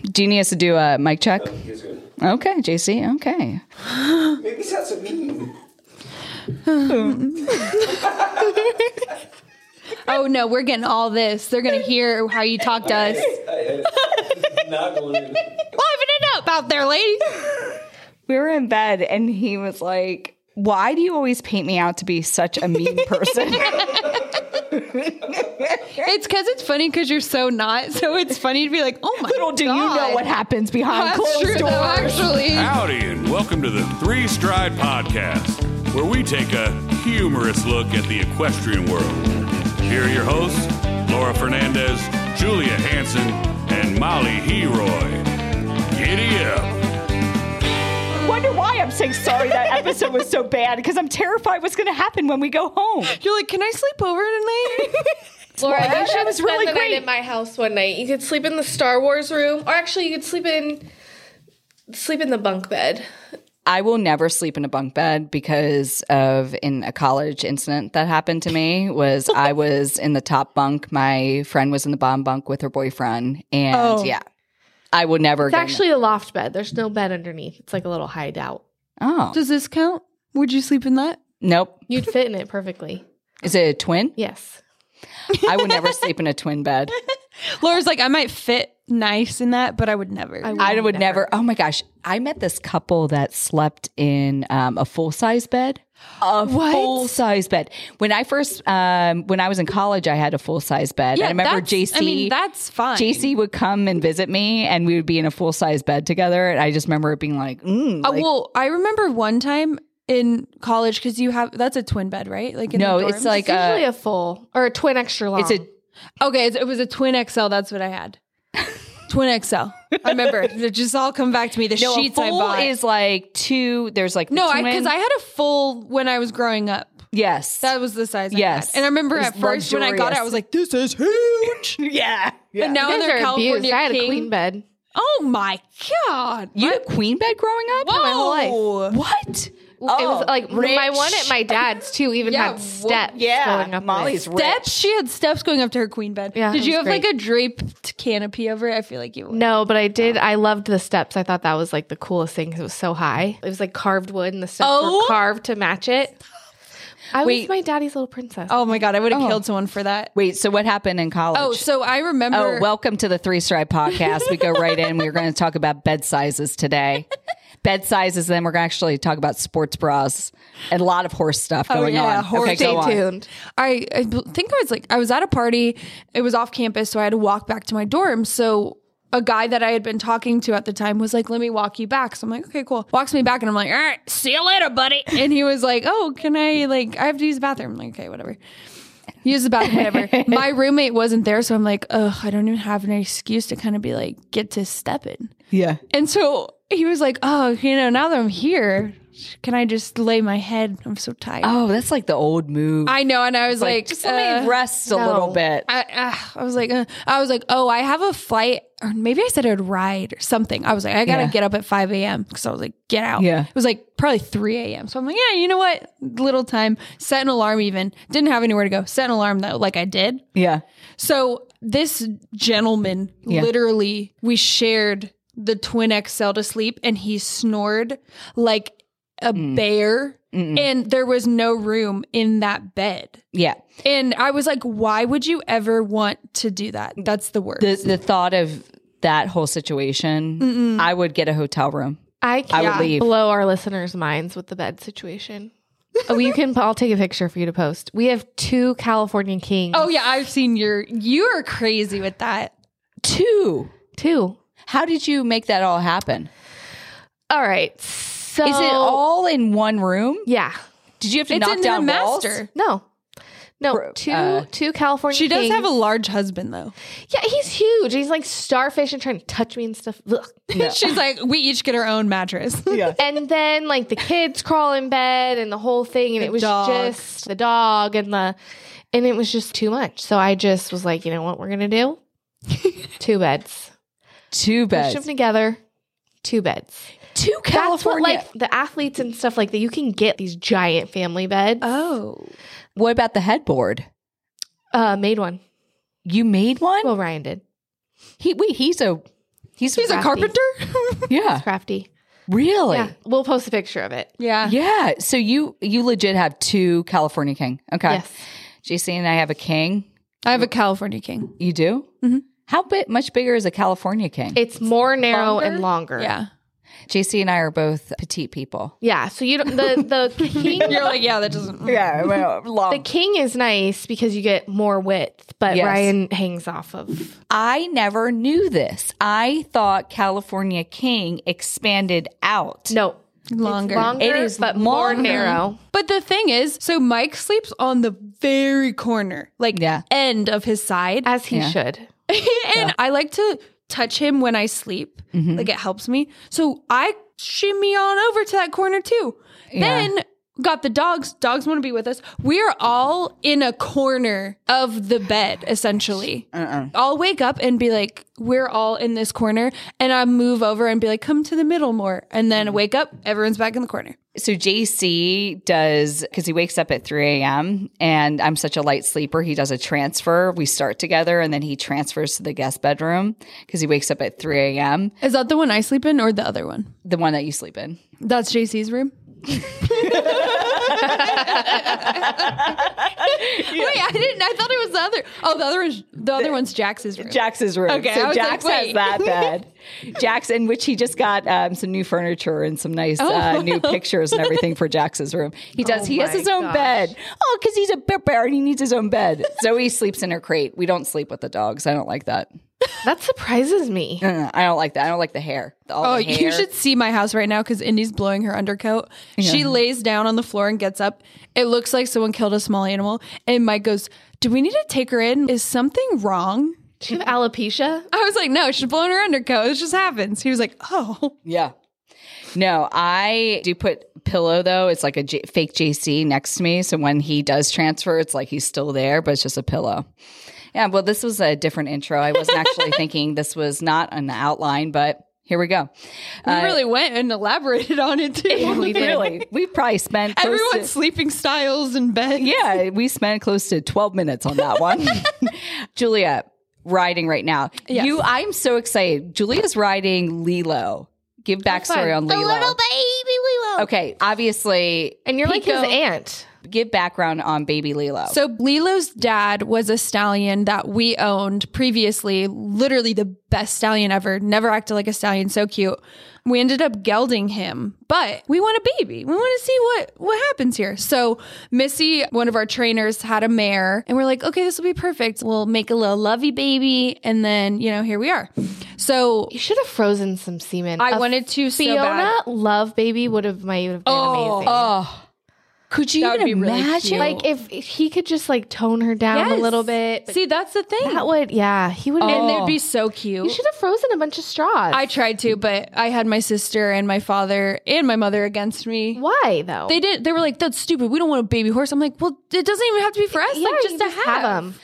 Do you need us to do a mic check? He's good. Okay, JC. Okay. Maybe sounds so mean. Oh no, we're getting all this. They're gonna hear how you talk to us. I, I, not going in. Liven it up out there, ladies. We were in bed and he was like, Why do you always paint me out to be such a mean person? It's because it's funny because you're so not. So it's funny to be like, oh my. Little do you know God. what happens behind That's true, closed though, doors. actually. Howdy, and welcome to the Three Stride Podcast, where we take a humorous look at the equestrian world. Here are your hosts, Laura Fernandez, Julia Hansen, and Molly Heroy. Giddy up. Wonder why I'm saying sorry that episode was so bad because I'm terrified what's going to happen when we go home. You're like, can I sleep over tonight? Laura, That you should was spend really the great. night at my house one night. You could sleep in the Star Wars room, or actually, you could sleep in sleep in the bunk bed. I will never sleep in a bunk bed because of in a college incident that happened to me was I was in the top bunk. My friend was in the bottom bunk with her boyfriend. And yeah, I would never It's again- actually a loft bed. There's no bed underneath. It's like a little hideout. Oh, Does this count? Would you sleep in that? nope. You'd fit in it perfectly. Is it a twin? Yes. I would never sleep in a twin bed. Laura's like, I might fit nice in that, but I would never. I would never. Oh my gosh. I met this couple that slept in um, a full size bed. A full size bed. When I first, um, when I was in college, I had a full size bed. I remember that's- JC. I mean, that's fine. JC would come and visit me, and we would be in a full size bed together. And I just remember it being like, mm, Uh, like, well, I remember one time in college because you have that's a twin bed, right? Like in no, the it's dorms? like It's usually a, a full or a twin extra long. Uh, it's a okay, it's, it was a twin XL. That's what I had. twin XL. I remember. It just all come back to me. The no, a sheets I full bought. is like two. There's like the no, because twin- I, had a full when I was growing up. yes, That was the size. I Yes. had. and I remember It was at first when I got it, I luxurious. was like, "This is huge." yeah, yeah. But now You guys they're are California abused. I had king. a queen bed. Oh my god! you had a queen bed growing up. Whoa! What? it was like my Oh, rich. one at my dad's too. Even Yeah, had wha- steps. Yeah, going up Molly's it. rich. Steps. She had steps going up to her queen bed. Yeah, Did it you have was great. like a draped canopy over it? I feel like you. would. No, but I did. I loved the steps. I thought that was like the coolest thing because it was so high. It was like carved wood, and the steps Oh. were carved to match it. I Wait. was my daddy's little princess. Oh my god! I would have killed someone for that. Wait, so what happened in college? Oh, so I remember. Oh, welcome to the Three Stripe Podcast. We go right in. We're going to talk about bed sizes today. bed sizes. Then we're going to actually talk about sports bras and a lot of horse stuff going yeah, on. horse- okay, Stay go on. tuned. I, I bl- think I was like, I was at a party. It was off campus, so I had to walk back to my dorm. So a guy that I had been talking to at the time was like, let me walk you back. So I'm like, okay, cool. Walks me back, and I'm like, all right, see you later, buddy. And he was like, oh, can I, like, I have to use the bathroom. I'm like, okay, whatever. Use the bathroom, whatever. my roommate wasn't there, so I'm like, ugh, I don't even have an excuse to kind of be like, get to step in. Yeah. And so he was like, oh, you know, now that I'm here, can I just lay my head? I'm so tired. Oh, that's like the old move. I know, and I was like, just let me uh, rest a little bit. I, ah, I was like, uh, I was like, oh, I have a flight, or maybe I said I'd ride or something. I was like, I gotta Yeah. get up at five a.m. because I was like, get out. Yeah. it was like probably three a.m. So I'm like, yeah, you know what? Little time, set an alarm. Even didn't have anywhere to go. Set an alarm though, like I did. yeah. So this gentleman, literally, we shared the twin XL to sleep, and he snored like a Mm. bear, and there was no room in that bed. Yeah. And I was like, why would you ever want to do that? That's the word. The the thought of that whole situation, I would get a hotel room. I I can't would leave. blow our listeners' minds with the bed situation. oh, you can. I'll take a picture for you to post. We have two California kings. oh yeah, I've seen your you are crazy with that. Two. two. How did you make that all happen? All right. So Is it all in one room? Yeah. Did you have to It's knock in her down walls? master. No. No, Bro, two uh, two California. She does kings. have a large husband though. Yeah, he's huge. He's like starfish and trying to touch me and stuff. Ugh. She's like, we each get our own mattress. Yeah. and then like the kids crawl in bed and the whole thing, and it was dog. just the dog and the, and it was just too much. So I just was like, you know what, we're gonna do two beds. Two Push beds. them together. Two beds. Two That's what California. like the athletes and stuff like that. You can get these giant family beds. Oh. What about the headboard? Uh, made one. You made one? Well, Ryan did. he wait, he's a He's, He's a crafty. carpenter. Yeah. Crafty. Really? Yeah. Uh-huh. We'll post a picture of it. yeah. Yeah. So you you legit have two California King. Okay. Yes. JC and I have a King. I have a California king. You do? Mm-hmm. How bit much bigger is a California King? It's more narrow Longer? and longer. Yeah. JC and I are both petite people. Yeah. So you don't, the, the king You're like, yeah, that doesn't. Yeah, The Oh. king is nice because you get more width, but Yes. Ryan hangs off of. I never knew this. I thought California King expanded out. No, Longer. longer. It is but more longer. narrow. But the thing is, so Mike sleeps on the very corner, like Yeah. end of his side. as he Yeah. should. and I like to touch him when I sleep. Like it helps me. So I shimmy on over to that corner too. Then got the dogs. Dogs want to be with us. We're all in a corner of the bed, essentially. I'll wake up and be like, we're all in this corner. And I move over and be like, come to the middle more. And then wake up, everyone's back in the corner. So JC does because he wakes up at 3 a.m. and I'm such a light sleeper. He does a transfer. We start together and then he transfers to the guest bedroom because he wakes up at 3 a.m. Is that the one I sleep in or the other one? The one that you sleep in. That's JC's room. Wait, I didn't. I thought it was the other. Oh, the other is the other one's Jax's room. Jax's room. Okay, I so was Jax like, has wait. that bed. Jax, in which he just got um, some new furniture and some nice uh, Oh. new pictures and everything for Jax's room. He does. Oh he has my his own gosh. bed. Oh, because he's a bear bear and he needs his own bed. Zoe sleeps in her crate. We don't sleep with the dogs. I don't like that. That surprises me. Uh, I don't like that. I don't like the hair. All Oh, the hair. you should see my house right now because Indy's blowing her undercoat. She lays down on the floor and gets up. It looks like someone killed a small animal. And Mike goes, "Do we need to take her in? Is something wrong?" Do you have alopecia? I was like, "No, she's blowing her undercoat. It just happens." He was like, "Oh, Yeah. No, I do put pillow though. It's like a J- fake JC next to me. So when he does transfer, it's like he's still there, but it's just a pillow. Yeah. Well, this was a different intro. I wasn't actually thinking this was not an outline, but here we go. we really went and elaborated on it too." We really, we probably spent close to- Everyone's sleeping styles in bed. yeah, we spent close to 12 minutes on that one. Julia, riding right now. Yes. You, I'm so excited. Julia's riding Lilo. Give backstory on fun. The Lilo. little baby Lilo. Okay, obviously, And you're like his Pico. aunt. give background on baby Lilo. So Lilo's dad was a stallion that we owned previously, literally the best stallion ever. Never acted like a stallion, so cute. We ended up gelding him, but we want a baby. We want to see what what happens here. So Missy, one of our trainers, had a mare, and we're like, okay, this will be perfect. We'll make a little lovey baby, and then you know here we are. So You should have frozen some semen. I A wanted to so bad. Fiona Love Baby would have might have been amazing. oh, could you That would even be really imagine? cute. like if, if he could just like tone her down Yes. a little bit. but See, that's the thing, that would yeah, he would. and have they'd be so cute. You should have frozen a bunch of straws. I tried to, but I had my sister and my father and my mother against me. Why though? They did. They were like, "That's stupid. We don't want a baby horse." I'm like, "Well, it doesn't even have to be for us. yeah, like, you just to just have. him.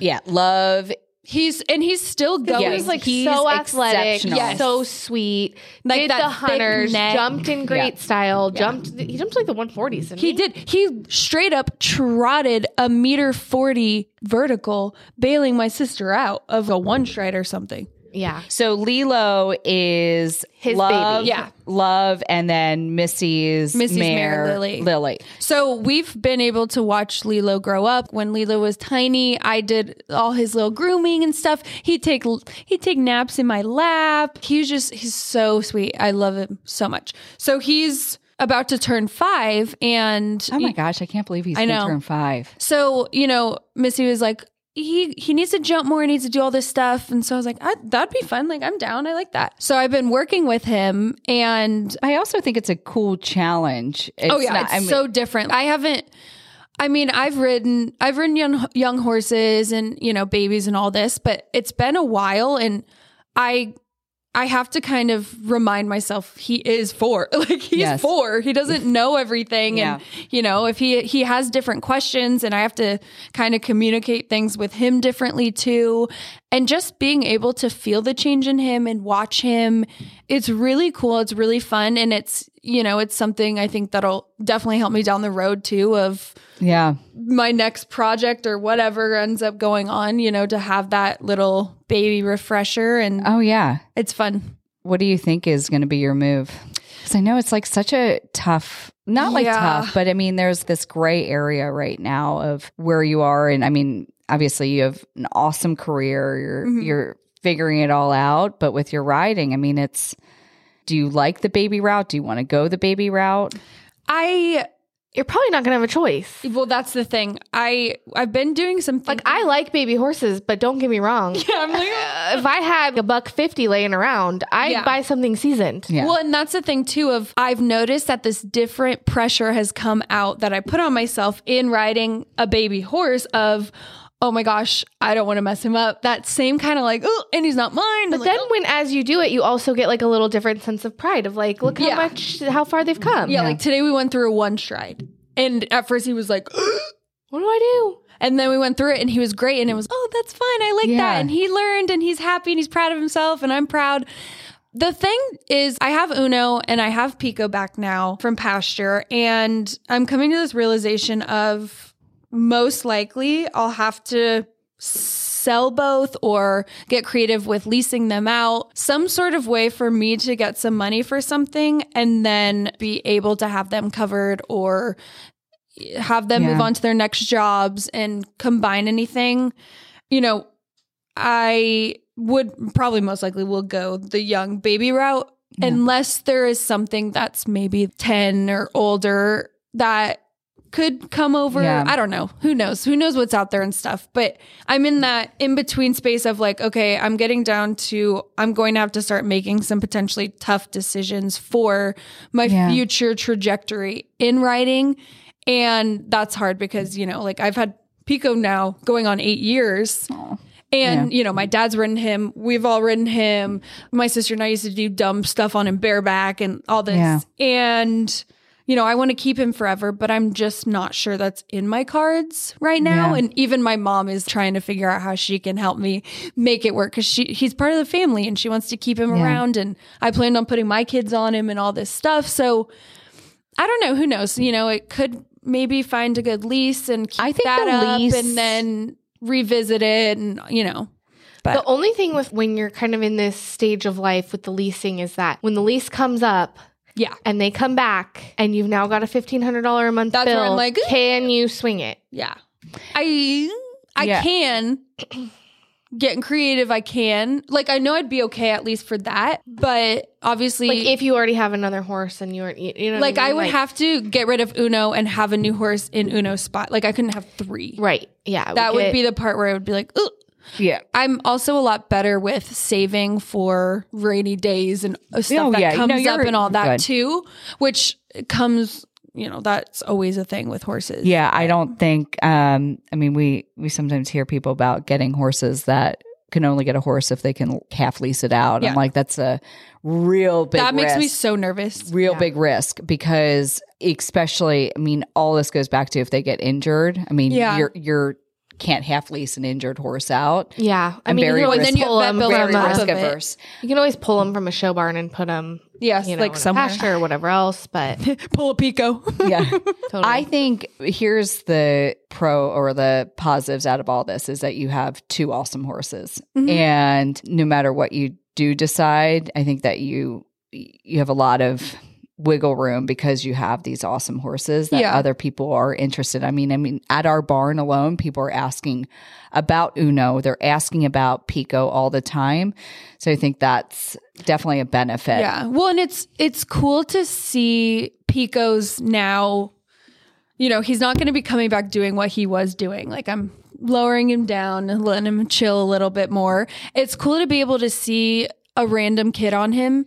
yeah, love. He's and he's still going. Yeah. He was like He's so athletic, exceptional. Yes. so sweet. Like did that the thick hunters neck. jumped in great Yeah. style? Jumped. He jumped like the one forties. He did. He straight up trotted a meter forty vertical, bailing my sister out of a one stride or something. Yeah. So Lilo is His love, baby. Yeah. love, and then Missy's Missy's mare, mare, Lily. Lily. So we've been able to watch Lilo grow up. When Lilo was tiny, I did all his little grooming and stuff. He'd take he'd take naps in my lap. He's just he's so sweet. I love him so much. So he's about to turn five, and Oh my gosh, I can't believe he's I gonna know. turn five. so you know, Missy was like. He, he needs to jump more, needs to do all this stuff. And so I was like, I, that'd be fun. Like, I'm down. I like that. So I've been working with him and I also think it's a cool challenge. It's oh yeah, not- it's I mean- so different. I haven't. I mean, I've ridden, I've ridden young young horses and you know babies and all this, but it's been a while, and I, I have to kind of remind myself he is four. Like he's Yes. four. He doesn't know everything, and you know if he he has different questions, and I have to kind of communicate things with him differently too. And just being able to feel the change in him and watch him, it's really cool. It's really fun. And it's, you know, it's something I think that'll definitely help me down the road too of Yeah. my next project or whatever ends up going on, you know, to have that little baby refresher. And Oh, yeah. it's fun. What do you think is going to be your move? Because I know it's like such a tough, not like Yeah. tough, but I mean, there's this gray area right now of where you are. And I mean, obviously, you have an awesome career. You're, Mhm. you're figuring it all out. But with your riding, I mean, it's do you like the baby route? Do you want to go the baby route? I You're probably not gonna have a choice. well, that's the thing. I I've been doing some Like I like baby horses, but don't get me wrong. I'm like, Uh, if I had a buck fifty laying around, I'd Yeah. buy something seasoned. Yeah. Well, and that's the thing too of I've noticed that this different pressure has come out that I put on myself in riding a baby horse of oh my gosh, I don't want to mess him up. That same kind of like, oh, and he's not mine. But I'm like, then "Oh." when as you do it, you also get like a little different sense of pride of like, look how Yeah. much how far they've come. yeah, like today we went through a one stride. And at first he was like, What do I and then we went through it and he was great and it was, oh, that's fine. I like Yeah. that. And he learned and he's happy and he's proud of himself and I'm proud. The thing is, I have Uno and I have Pico back now from pasture. And I'm coming to this realization of most likely I'll have to sell both or get creative with leasing them out, some sort of way for me to get some money for something and then be able to have them covered or have them move Yeah. on to their next jobs and combine anything. You know, I would probably most likely will go the young baby route unless there is something that's maybe 10 or older that could come over. Yeah. I don't know. Who knows? Who knows what's out there and stuff. But I'm in that in between space of like, okay, I'm getting down to I'm going to have to start making some potentially tough decisions for my Yeah. future trajectory in writing. And that's hard because, you know, like I've had Pico now going on eight years. And, you know, my dad's ridden him. We've all ridden him. My sister and I used to do dumb stuff on him bareback and all this. Yeah. And, you know, I want to keep him forever, but I'm just not sure that's in my cards right now. Yeah. And even my mom is trying to figure out how she can help me make it work because she he's part of the family and she wants to keep him Yeah. around. And I planned on putting my kids on him and all this stuff. So I don't know. Who knows? You know, it could maybe find a good lease and keep I think that the up lease- and then revisit it and you know. do? The only thing with when you're kind of in this stage of life with the leasing is that when the lease comes up Yeah. and they come back and you've now got a fifteen hundred dollar a month That's bill, where I'm like, can you swing it? Yeah. I I Yeah. can getting creative I can. Like I know I'd be okay at least for that, but obviously Like if you already have another horse and you aren't, you you know, what like I mean? would have to get rid of Uno and have a new horse in Uno's spot. Like I couldn't have 3. right, yeah, That would get- be the part where I would be like, "Ooh, Yeah. I'm also a lot better with saving for rainy days and stuff Oh, that yeah. No, comes you're up and all that good. too, which comes, you know, that's always a thing with horses. Yeah, I don't think. Um, I mean, we we sometimes hear people about getting horses that can only get a horse if they can half lease it out. Yeah. I'm like, that's a real big. that makes me risk. so nervous. real big risk because, especially, I mean, all this goes back to if they get injured. I mean, Yeah. you're you're can't half lease an injured horse out. yeah. I I'm mean, you very can always risk- pull Then them you have Very from Dilemma. a, risk Of it. averse. you can always pull them from a show barn and put them, Yes, you know, like in a somewhere. pasture or whatever else. But Pull a pico. Yeah. totally. I think here's the pro or the positives out of all this is that you have two awesome horses. And no matter what you do decide, I think that you you have a lot of wiggle room because you have these awesome horses that Yeah. other people are interested. I mean, I mean at our barn alone, people are asking about Uno, they're asking about Pico all the time. So I think that's definitely a benefit. Yeah. Well, and it's it's cool to see Pico's now. You know, he's not going to be coming back doing what he was doing. Like I'm lowering him down and letting him chill a little bit more. It's cool to be able to see a random kid on him.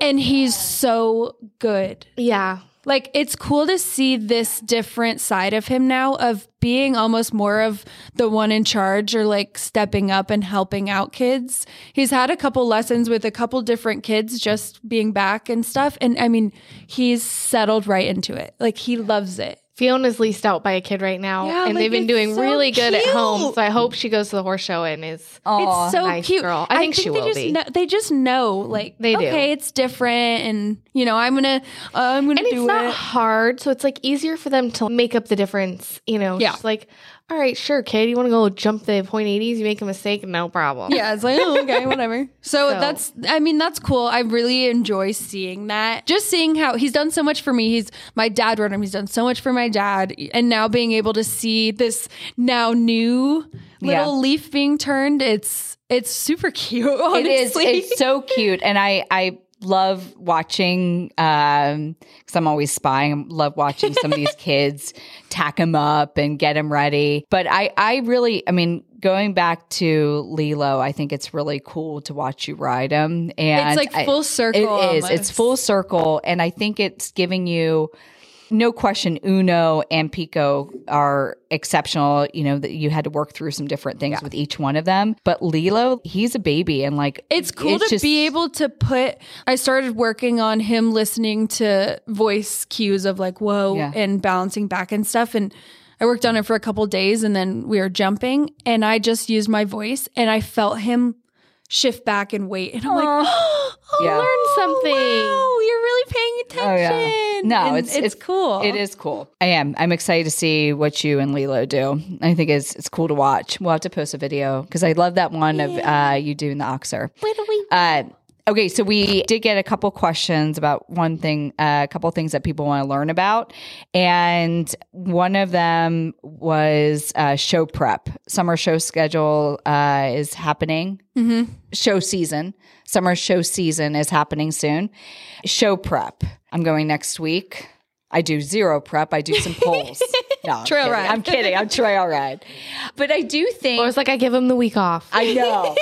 and he's so good. yeah, Like it's cool to see this different side of him now of being almost more of the one in charge or like stepping up and helping out kids. He's had a couple lessons with a couple different kids just being back and stuff and I mean, he's settled right into it. Like he loves it. Fiona's leased out by a kid right now, Yeah, and like, they've been it's doing so really good at home. cute. So I hope she goes to the horse show and is. Aw. it's so nice cute. girl. I think she they will just be. Know, they just know, like, They do. okay, it's different, and you know, I'm gonna, uh, I'm gonna And it's do not it. hard, so it's like easier for them to make up the difference. You know, Yeah. just like, all right, sure, kid, you want to go jump the point eighties? You make a mistake, no problem. Yeah, it's like, oh, okay, whatever. So, So- that's, I mean, that's cool. I really enjoy seeing that. Just seeing how he's done so much for me. He's my dad wrote him. He's done so much for my dad, and now being able to see this now new Yeah. little leaf being turned, it's it's super cute. It Honestly. is. It's so cute, and I I love watching um because i'm always spying love watching some of these kids tack them up and get them ready but i i really i mean going back to lilo i think it's really cool to watch you ride him and It's like I- full circle. it is it's almost. full circle and i think it's giving you no question uno and pico are exceptional you know that you had to work through some different things with each one of them but lilo he's a baby and like It's cool to just- be able to put. I started working on him listening to voice cues of like whoa Yeah. and bouncing back and stuff. And I worked on it for a couple days, and then we were jumping, and I just used my voice, and I felt him shift back and wait, and I'm like, oh, Yeah. learn Learn something. something. Wow, you're really paying Oh, yeah. attention. No, And it's, it's cool. It is cool. I am. I'm excited to see what you and Lilo do. I think it's it's cool to watch. We'll have to post a video because I love that one of uh, you doing the oxer. When do we? Uh, okay, so we did get a couple questions about one thing, uh, a couple things that people want to learn about, and one of them was uh, show prep. Summer show schedule uh, is happening. Show season, summer show season is happening soon. Show prep. I'm going next week. I do zero prep. I do some polls. No, I'm Trail kidding. ride. I'm kidding. I'm trail ride, but I do think Or it's like I give him the week off. I know.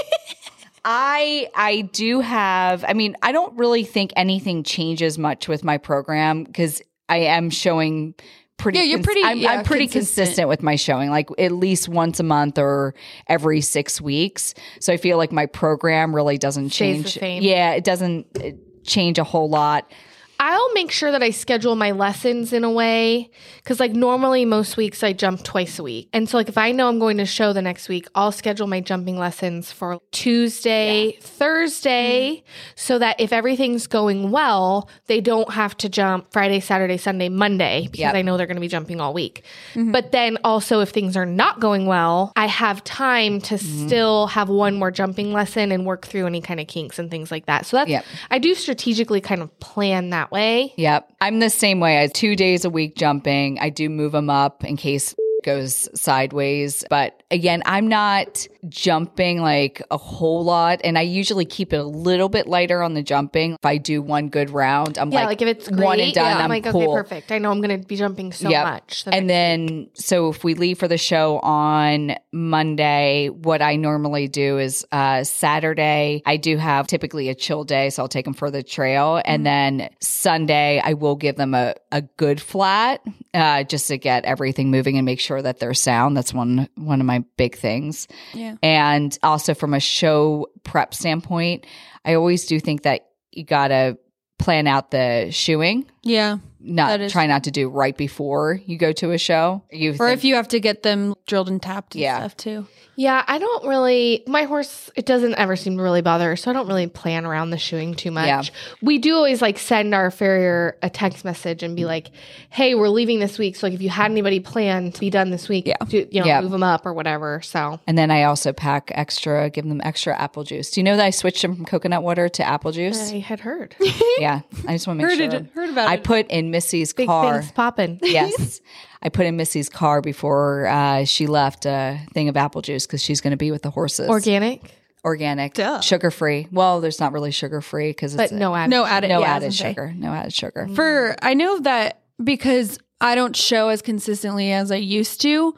I I do have I mean I don't really think anything changes much with my program cuz I am showing pretty Yeah, you're pretty- I'm, yeah, I'm pretty consistent. consistent. with my showing like at least once a month or every 6 weeks so I feel like my program really doesn't Stays the change same. yeah it doesn't uh, change a whole lot I'll make sure that I schedule my lessons in a way because, like, normally most weeks I jump twice a week. And so, like, if I know I'm going to show the next week, I'll schedule my jumping lessons for Tuesday, Thursday, Mm-hmm. so that if everything's going well, they don't have to jump Friday, Saturday, Sunday, Monday because Yep. Mm-hmm. I know they're going to be jumping all week. But then also, if things are not going well, I have time to Mm-hmm. still have one more jumping lesson and work through any kind of kinks and things like that. So that's, Yep. I do strategically kind of plan that way. Yep. I'm the same way. I 2 days a week jumping. I do move them up in case goes sideways, but again, I'm not jumping like a whole lot and I usually keep it a little bit lighter on the jumping. If I do one good round, I'm Yeah, like, like, if it's one great, and done, yeah, I'm, I'm like, okay, cool. perfect. I know I'm going to be jumping so Yep. much. the And next- then, so if we leave for the show on Monday, what I normally do is uh, Saturday, I do have typically a chill day. So I'll take them for the trail. Mm-hmm. And then Sunday, I will give them a, a good flat uh, just to get everything moving and make sure that they're sound. That's one, one of my big things. Yeah. And also from a show prep standpoint, I always do think that you got to plan out the shoeing Yeah. not That is- try not to do right before you go to a show. You Or think- if you have to get them drilled and tapped and Yeah. stuff too. yeah, I don't really, my horse, it doesn't ever seem to really bother. her, So I don't really plan around the shoeing too much. Yeah. We do always like send our farrier a text message and be Mm. like, hey, we're leaving this week. So like if you had anybody planned to be done this week, yeah. do, you know, Yeah. move them up or whatever. So and then I also pack extra, give them extra apple juice. Do you know that I switched them from coconut water to apple juice? I had heard. yeah, I just want to make Heard sure. it- heard about I it. put in Missy's Big car. things popping. yes, I put in Missy's car before uh, she left a thing of apple juice because she's going to be with the horses. Organic, Organic, sugar free. Well, there's not really sugar free because but it's no ad. No added, no yeah, I added was gonna say. sugar. No added sugar. for I know that because I don't show as consistently as I used to,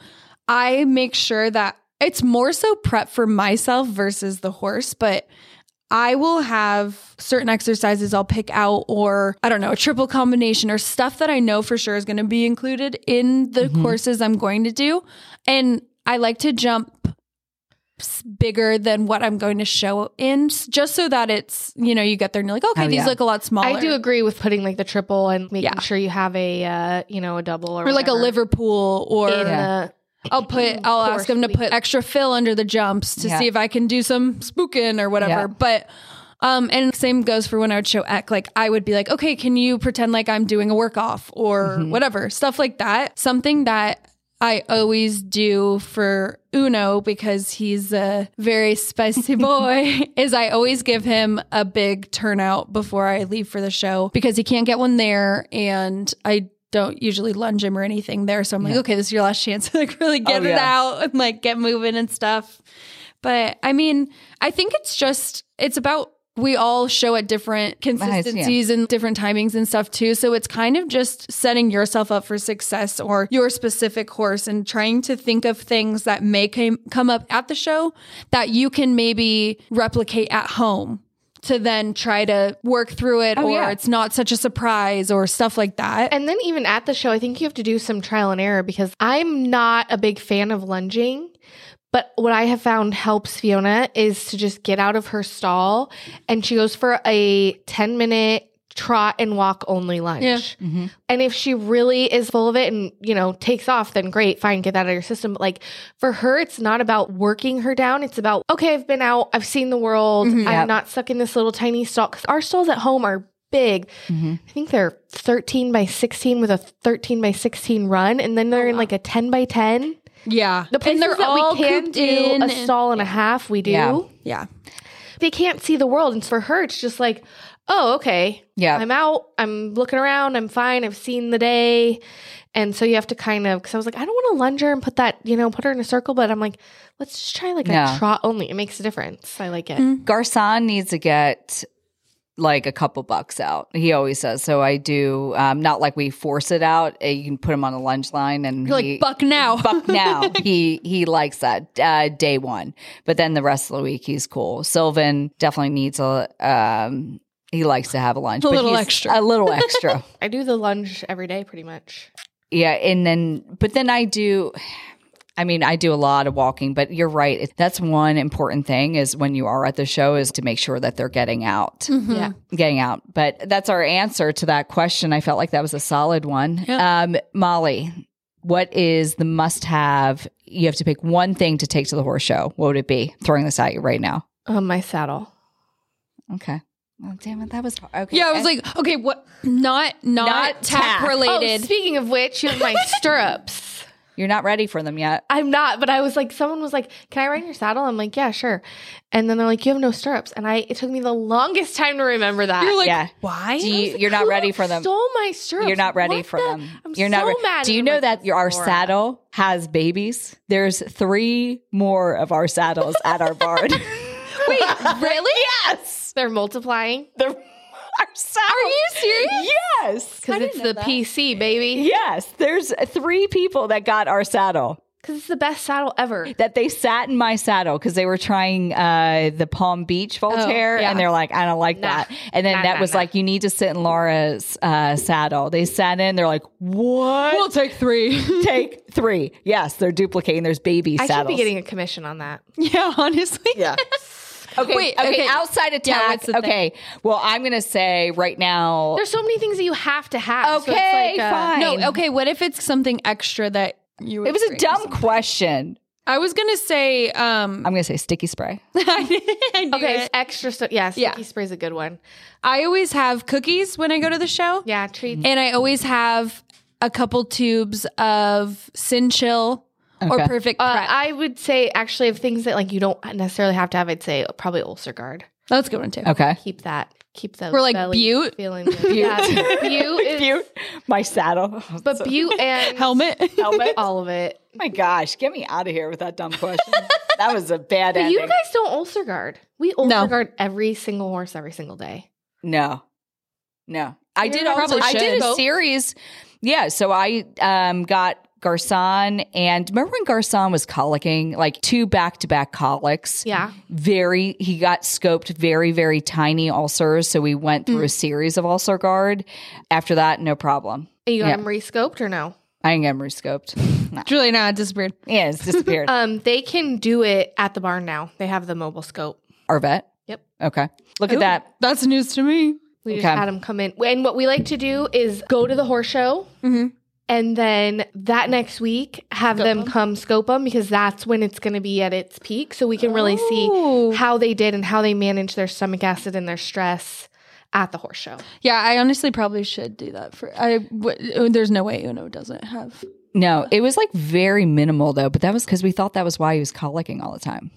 I make sure that it's more so prep for myself versus the horse, but I will have certain exercises I'll pick out, or I don't know, a triple combination or stuff that I know for sure is going to be Mm-hmm. included in the courses I'm going to do. And I like to jump s- bigger than what I'm going to show in, s- just so that it's you know you get there and you're like, okay, Oh, these yeah. look a lot smaller. I do agree with putting like the triple and making Yeah. sure you have a uh, you know a double or, or like a whatever Liverpool, or in the- I'll put I'll Poor ask them to sweet. put extra fill under the jumps to Yeah. see if I can do some spooking or whatever. Yeah. But um and same goes for when I would show Eck. Like I would be like, okay, can you pretend like I'm doing a work off or Mm-hmm. whatever stuff like that. Something that I always do for Uno because he's a very spicy boy is I always give him a big turnout before I leave for the show because he can't get one there and I don't usually lunge him or anything there. So I'm like, okay, this is your last chance to like really get Oh, it yeah. out and like get moving and stuff. But I mean, I think it's just it's about we all show at different consistencies and different timings and stuff too. So it's kind of just setting yourself up for success or your specific horse and trying to think of things that may came, come up at the show that you can maybe replicate at home to then try to work through it Oh, or yeah. it's not such a surprise or stuff like that. and then even at the show, I think you have to do some trial and error because I'm not a big fan of lunging. But what I have found helps Fiona is to just get out of her stall and she goes for a 10 minute trot and walk only lunge. Yeah. And if she really is full of it and, you know, takes off, then great, fine, get that out of your system. But like for her, it's not about working her down. It's about, okay, I've been out, I've seen the world, I'm Yep. not stuck in this little tiny stall. Cause our stalls at home are big. I think they're 13 by 16 with a 13 by 16 run. And then they're in like a 10 by 10. yeah. The places and they're that all we can cooped do a in. stall and a half, we do. Yeah. yeah. They can't see the world. And for her, it's just like, oh, okay. Yeah. I'm out. I'm looking around. I'm fine. I've seen the day. And so you have to kind of, because I was like, I don't want to lunge her and put that, you know, put her in a circle. But I'm like, let's just try like Yeah. a trot only. It makes a difference. I like it. Garcon needs to get like a couple bucks out. He always does. So I do um, not like we force it out. Uh, You can put him on a lunge line and You're he- like buck now. buck now. he he likes that uh, day one, but then the rest of the week he's cool. Sylvan definitely needs a. Um, he likes to have a lunch, A but little he's a extra. little extra. I do the lunge every day pretty much. Yeah, and then but then I do I mean, I do a lot of walking, but you're right. It- That's one important thing is when you are at the show is to make sure that they're getting out. Yeah. Getting out. But that's our answer to that question. I felt like that was a solid one. Um, Molly, what is the must have? You have to pick one thing to take to the horse show. What would it be? Throwing this at you right now. Um, my saddle. Okay. Oh, damn it. That was hard. Okay. Yeah, I was like, okay, what? Not not, Not tap, tap. Oh, related. speaking of which, you have my stirrups. you're not ready for them yet. I'm not, but I was like, someone was like, "Can I ride in your saddle?" I'm like, "Yeah, sure." And then they're like, "You have no stirrups," and I it took me the longest time to remember that. You're like, yeah. why? Do you, you're not Who ready for them. Stole my stirrups. You're not ready What for the- them. I'm You're so not re- mad. Do you at know my that your- our Sephora. saddle has babies? There's three more of our saddles at our barn. Wait, really? yes. They're multiplying They're, our saddle. Are you serious? Yes. because it's the PC baby. Yes. There's three people that got our saddle. Because it's the best saddle ever. That they sat in my saddle because they were trying uh, the Palm Beach Voltaire, Oh, yeah. and they're like, "I don't like Nah. that." And then Nah, that nah, was nah. like, "You need to sit in Laura's uh, saddle." They sat in. They're like, "What?" We'll take three. take three. Yes, they're duplicating. There's baby I should saddles. be getting a commission on that. yeah, honestly. Yeah. okay, Wait, okay, okay. Outside Yeah, attack. what's the okay. Well, I'm gonna say right now. There's so many things that you have to have. so it's Okay, like, uh, fine. No, okay. What if it's something extra that you? it was a would dumb drink? question. I was gonna say. Um, I'm gonna say sticky spray. I, Okay, okay. it's extra stuff. Yeah, sticky Yeah. spray's a good one. I always have cookies when I go to the show, Yeah, treats. and I always have a couple tubes of Sin Chill or Okay. Perfect Uh, Prep. I would say actually of things that like you don't necessarily have to have. I'd say probably ulcer guard. That's a good one too. Okay. Keep that. Keep those. We're like bellies Butte? Feeling good. Yeah, Butte. Is, Butte, my saddle. But Butte and Helmet. helmet. Oh all of it. my gosh, get me out of here with that dumb question. that was a bad But you ending. guys don't ulcer guard. We ulcer guard every single horse every single day. no, no. I You did. Also, probably I did a should. series. Yeah. So I um, got Garcon, and remember when Garcon was colicking like two back to back colics? Yeah. very he got scoped very very tiny ulcers so we Mm. went through a series of ulcer guard after that no problem And you got Yeah. them rescoped or no? i I didn't get him rescoped. Nah. Julie, nah, it disappeared. Yeah, it's disappeared. Um, they can do it at the barn now. They have the mobile scope. Arvet. Yep. Okay. Look Ooh, at that. That's news to me. We just Okay. had them come in. And what we like to do is go to the horse show. Mm-hmm. Mhm. And then that next week, have Scope them 'em. come scope them because that's when it's going to be at its peak. So we can really Oh. see how they did and how they manage their stomach acid and their stress at the horse show. Yeah, I honestly probably should do that for. I w- there's no way Uno doesn't have. No, it was like very minimal though, but that was because we thought that was why he was colicking all the time.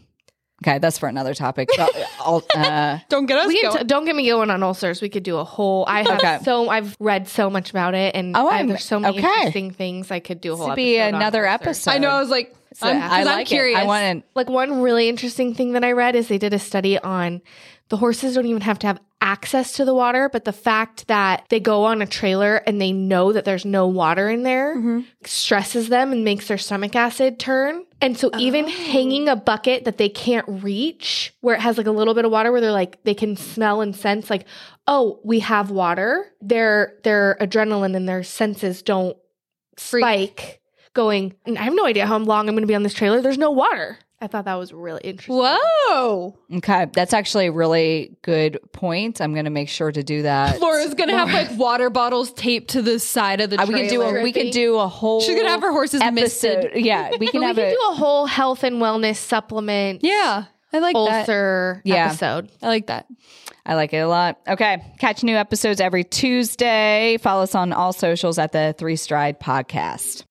Okay, that's for another topic. So, I'll- uh, Don't get us We can going. t- don't get me going on ulcers. We could do a whole. I have Okay. so I've read so much about it, and Oh, I- I'm- there's so many okay. interesting things I could do. A whole to be episode on another ulcers. episode. I know. I was like, So I'm, I like am curious. It. I want Like one really interesting thing that I read is they did a study on the horses don't even have to have access to the water, but the fact that they go on a trailer and they know that there's no water in there stresses them and makes their stomach acid turn. And so even hanging a bucket that they can't reach where it has like a little bit of water where they're like they can smell and sense like, oh, we have water. Their their adrenaline and their senses don't spike going, "And I have no idea how long I'm going to be on this trailer. There's no water. I thought that was really interesting. Whoa, to. Okay, that's actually a really good point. I'm going to make sure to do that. Laura's gonna have like water bottles taped to the side of the. Uh, Trailer. we can do a we can do a whole. She's gonna have her horses misted. episode. Yeah, we can But we have can a. do a whole health and wellness supplement Yeah, I like that. ulcer Yeah. episode. I like that. I like it a lot. Okay, catch new episodes every Tuesday. Follow us on all socials at the Three Stride Podcast.